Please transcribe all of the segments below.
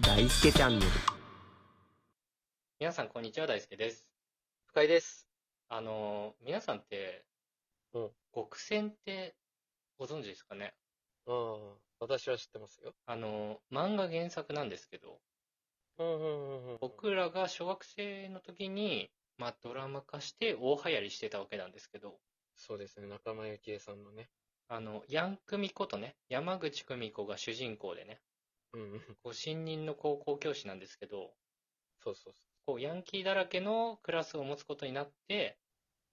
大輔チャンネル。皆さん、こんにちは。大輔です。深井です。あのー、皆さんって、うん極戦ってご存知ですかねうん。私は知ってますよ。あのー、漫画原作なんですけど、うんうんうん。僕、僕らが小学生の時に、まあ、ドラマ化して大流行りしてたわけなんですけど、そうですね、仲間由紀恵さんのね。あの、ヤンクミコとね、山口久美子が主人公でね、うんうん。こう新任の高校教師なんですけど、そうそうこうヤンキーだらけのクラスを持つことになって、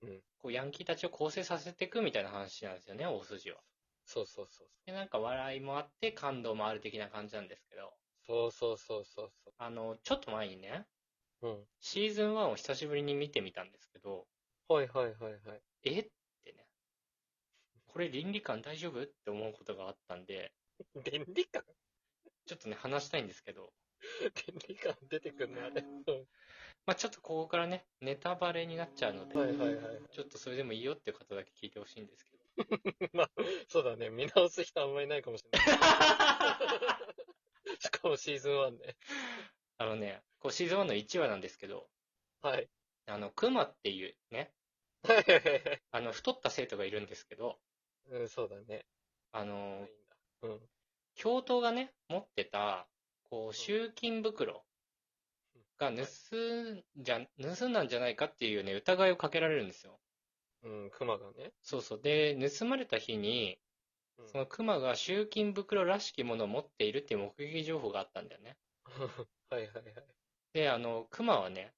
うんこうヤンキーたちを構成させていくみたいな話なんですよね、大筋は。そう。そうそうそうで、なんか笑いもあって感動もある的な感じなんですけど、そう。そうそうそうそあの、ちょっと前にね、う。うん。シーズン1を久しぶりに見てみたんですけど、はいはいはいはい。えってね、これ倫理観大丈夫って思うことがあったんで、倫理観ちょっとね、話したいんですけど、倫理観出てくんね、あれ。うまあちょっとここからね、ネタバレになっちゃうので、んはいはいはい。ちょっとそれでもいいよって方だけ聞いてほしいんですけど。 まあ、そうだね、見直す人あんまりいないかもしれない。しかもシーズン1ね。あのね、こうシーズン1の1話なんですけど、はい。あの、クマっていうね、はいはいはいはい。あの、太った生徒がいるんですけど、うん、そうだね。あいいのんだ。、うん。教頭がね、持ってた、こう、集金袋が盗んじゃ、盗んだんじゃないかっていうね、疑いをかけられるんですよ。うん、熊がね。そうそう。で、盗まれた日に、うんその熊が集金袋らしきものを持っているっていう目撃情報があったんだよね。はいはいはい。で、あの、熊はね、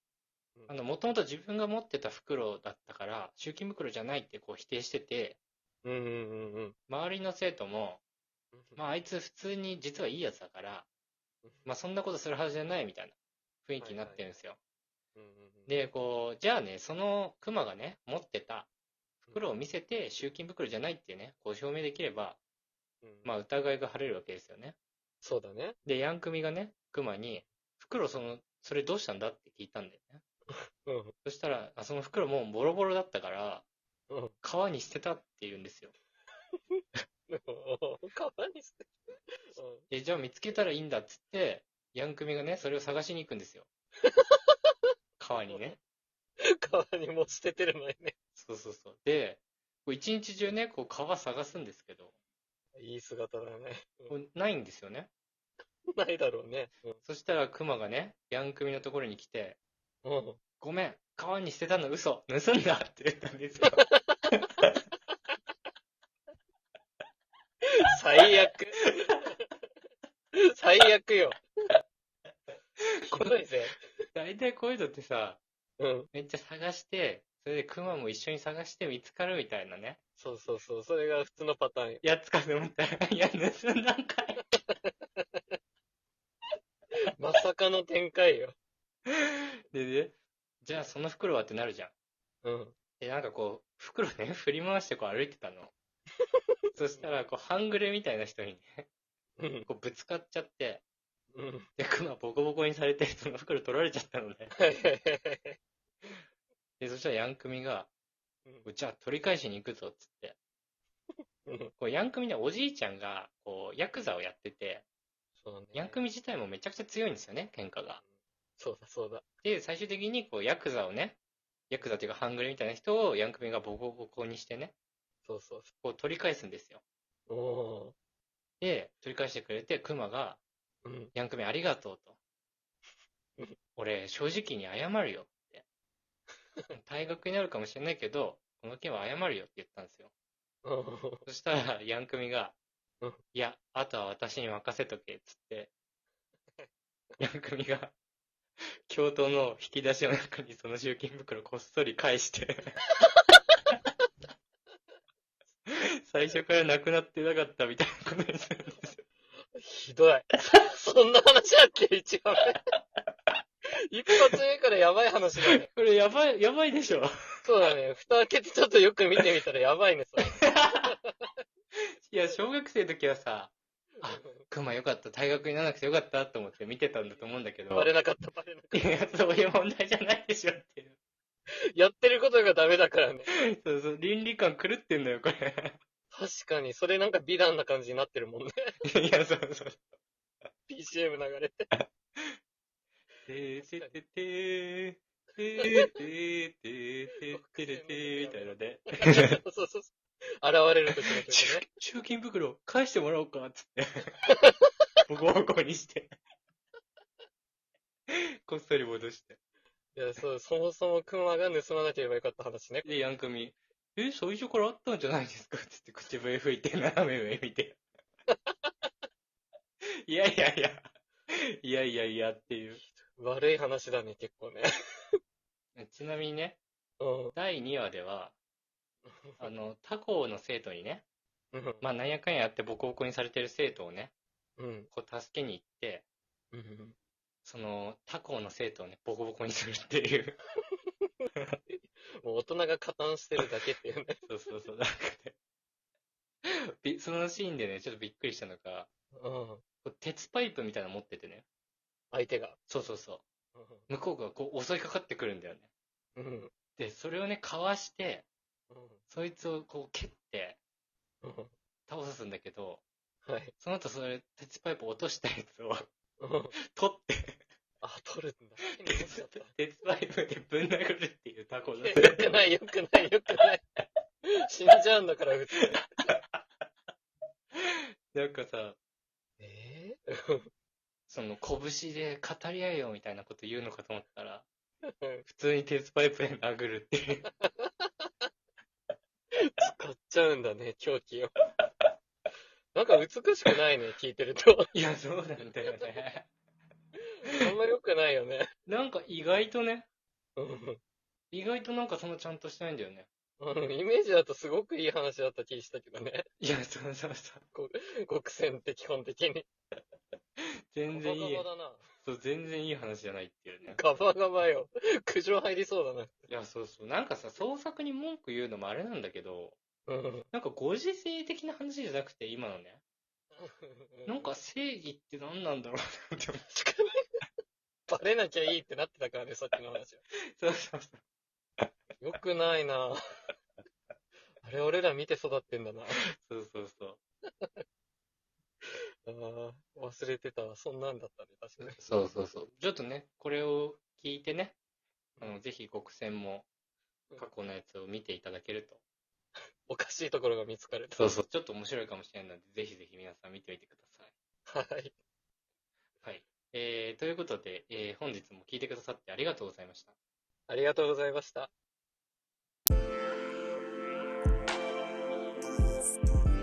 うんあの、もともと自分が持ってた袋だったから、集金袋じゃないってこう否定してて、うんうんうんうん。周りの生徒も、まあ、あ、あいつ普通に実はいいやつだから、まあ、そんなことするはずじゃないみたいな雰囲気になってるんですよ。うんうんうん、で、こう、じゃあね、そのクマがね、持ってた袋を見せて、集金袋じゃないってね、こう証明できれば、うんまあ、疑いが晴れるわけですよね。そうだね。で、ヤンクミがね、クマに、袋その、それどうしたんだって聞いたんだよね。うん。そしたら、あその袋もうボロボロだったから、うん。川に捨てたって言うんですよ。川に捨てで、じゃあ見つけたらいいんだっつって、ヤンクミがね、それを探しに行くんですよ。川にね。うん。 川にもう捨ててるのにね。そうそうそう。で、こう一日中ね、こう川探すんですけど、いい姿だね。こうないんですよね。ないだろうね。うん。そしたらクマがね、ヤンクミのところに来て、うん。ごめん、川に捨てたの嘘、盗んだって言ったんですよ。最悪。最悪よ。来ないぜ。大体こういうのってさ、うん。めっちゃ探して、それでクマも一緒に探して見つかるみたいなね。そうそうそう。それが普通のパターンよ。やつかと思ったら、いや、盗んだんかい。まさかの展開よ。でね、じゃあその袋はってなるじゃん。うん。で、なんかこう、袋ね、 振り回してこう歩いてたの。そしたら、こう、半グレみたいな人にね、うん。こうぶつかっちゃって、うん。で、クマボコボコにされて、その袋取られちゃったのね。はいはいはいはいで、そしたらヤンクミが、じゃあ取り返しに行くぞ、っつって。うん。こう、ヤンクミね、おじいちゃんが、こう、ヤクザをやってて、そうね。ヤンクミ自体もめちゃくちゃ強いんですよね、喧嘩が。そうだそうだ。で、最終的に、こう、ヤクザをね、ヤクザっていうか、半グレみたいな人をヤンクミがボコボコにしてね、そうそうこう、取り返すんですよ。そう。おで、取り返してくれて、クマが、ー。うん。ヤンクミありがとうと。俺、正直に謝るよって。 退学になるかもしれないけど、この件は謝るよって言ったんですよ。うん。そしたら、ヤンクミがうん、いや、あとは私に任せとけ、つって、ヤンクミが、教頭の引き出しの中にその集金袋こっそり返して、最初からなくなってなかったみたいなことにするんですよ。ひどい。 そんな話だっけ一話目。一発目からやばい話だね。これやばい、やばいでしょそうだね。蓋開けてちょっとよく見てみたらやばいね、それ。いや、小学生の時はさ、あクマよかった、退学にならなくてよかったと思って見てたんだと思うんだけど、バレなかった、バレなかいや、そういう問題じゃないでしょっていう。った。やってることがダメだからね。そうそう、倫理観狂ってんのよ、これ。確かに、それ なんか美談な感じになってるもんね。いや、そうそう。 BGM 流れて。てーてーてーてーてーてーてーてーてーてーみたいので、そうそうそう。現れる時の集 曲ね。集金袋返してもらおうか、つ って。ボコボコにして。こっそり戻して。いや、そう、そもそも熊が盗まなければよかった話ね。で、ヤンクミ、え、最初からあったんじゃないですかつって口笛吹いて斜め上見て。 いやいやいや、いやいやいやっていう。悪い話だね、結構ね。ちなみにね、う第2話では、あの、他校の生徒にね、ん。うん。まあ、なんやかんやあってボコボコにされてる生徒をね、うん。こう助けに行って、うんその、他校の生徒をね、ボコボコにするっていう。 もう大人が加担してるだけっていうね。そうそうそう、なんかねび、そのシーンでね、ちょっとびっくりしたのが、うん。こう鉄パイプみたいなの持っててね、相手が。そうそうそう。うん向こうがこう襲いかかってくるんだよね。うん。で、それをね、かわして、うんそいつをこう蹴ってうん倒すんだけど、はい。その後それ、鉄パイプ落としたやつを うん取って、あ、取るんだ。鉄鉄パイプでぶん殴るっていうタコだっいやよくない、よくない、よくない。死んじゃうんだから、普通。た。なんかさ、えその拳で語り合えよみたいなこと言うのかと思ったら、え普通に鉄パイプで殴るっ ていう。使っちゃうんだね、狂気を。なんか美しくないね、聞いてると。いや、そうなんだよね。あんま良くないよね。なんか意外とね、うん意外となんかそのちゃんとしてないんだよね。うんイメージだとすごくいい話だった気したけどね。いや、そうそうそう。極戦って基本的に。全然いい。ガバガバだな。そう、全然いい話じゃないっていうね。ガバガバよ。苦情入りそうだな。いや、そうそう。なんかさ、創作に文句言うのもあれなんだけど、うんなんかご時世的な話じゃなくて、今のね。なんか正義って何なんだろうなって思う確かに。 バレなきゃいいってなってたからね、さっきの話は。 そうそうそう。よくないなぁあれ、俺ら見て育ってんだなそうそうそう。あー忘れてたわ。そんなんだったね、確かに。そうそうそう。ちょっとね、これを聞いてね、あの、ぜひ国選も過去のやつを見ていただけると。おかしいところが見つかれた。そうそう。ちょっと面白いかもしれないので、ぜひぜひ皆さん見てみてください。はい。はい。えー、ということで、えー、本日も聞いてくださってありがとうございました。ありがとうございました。 「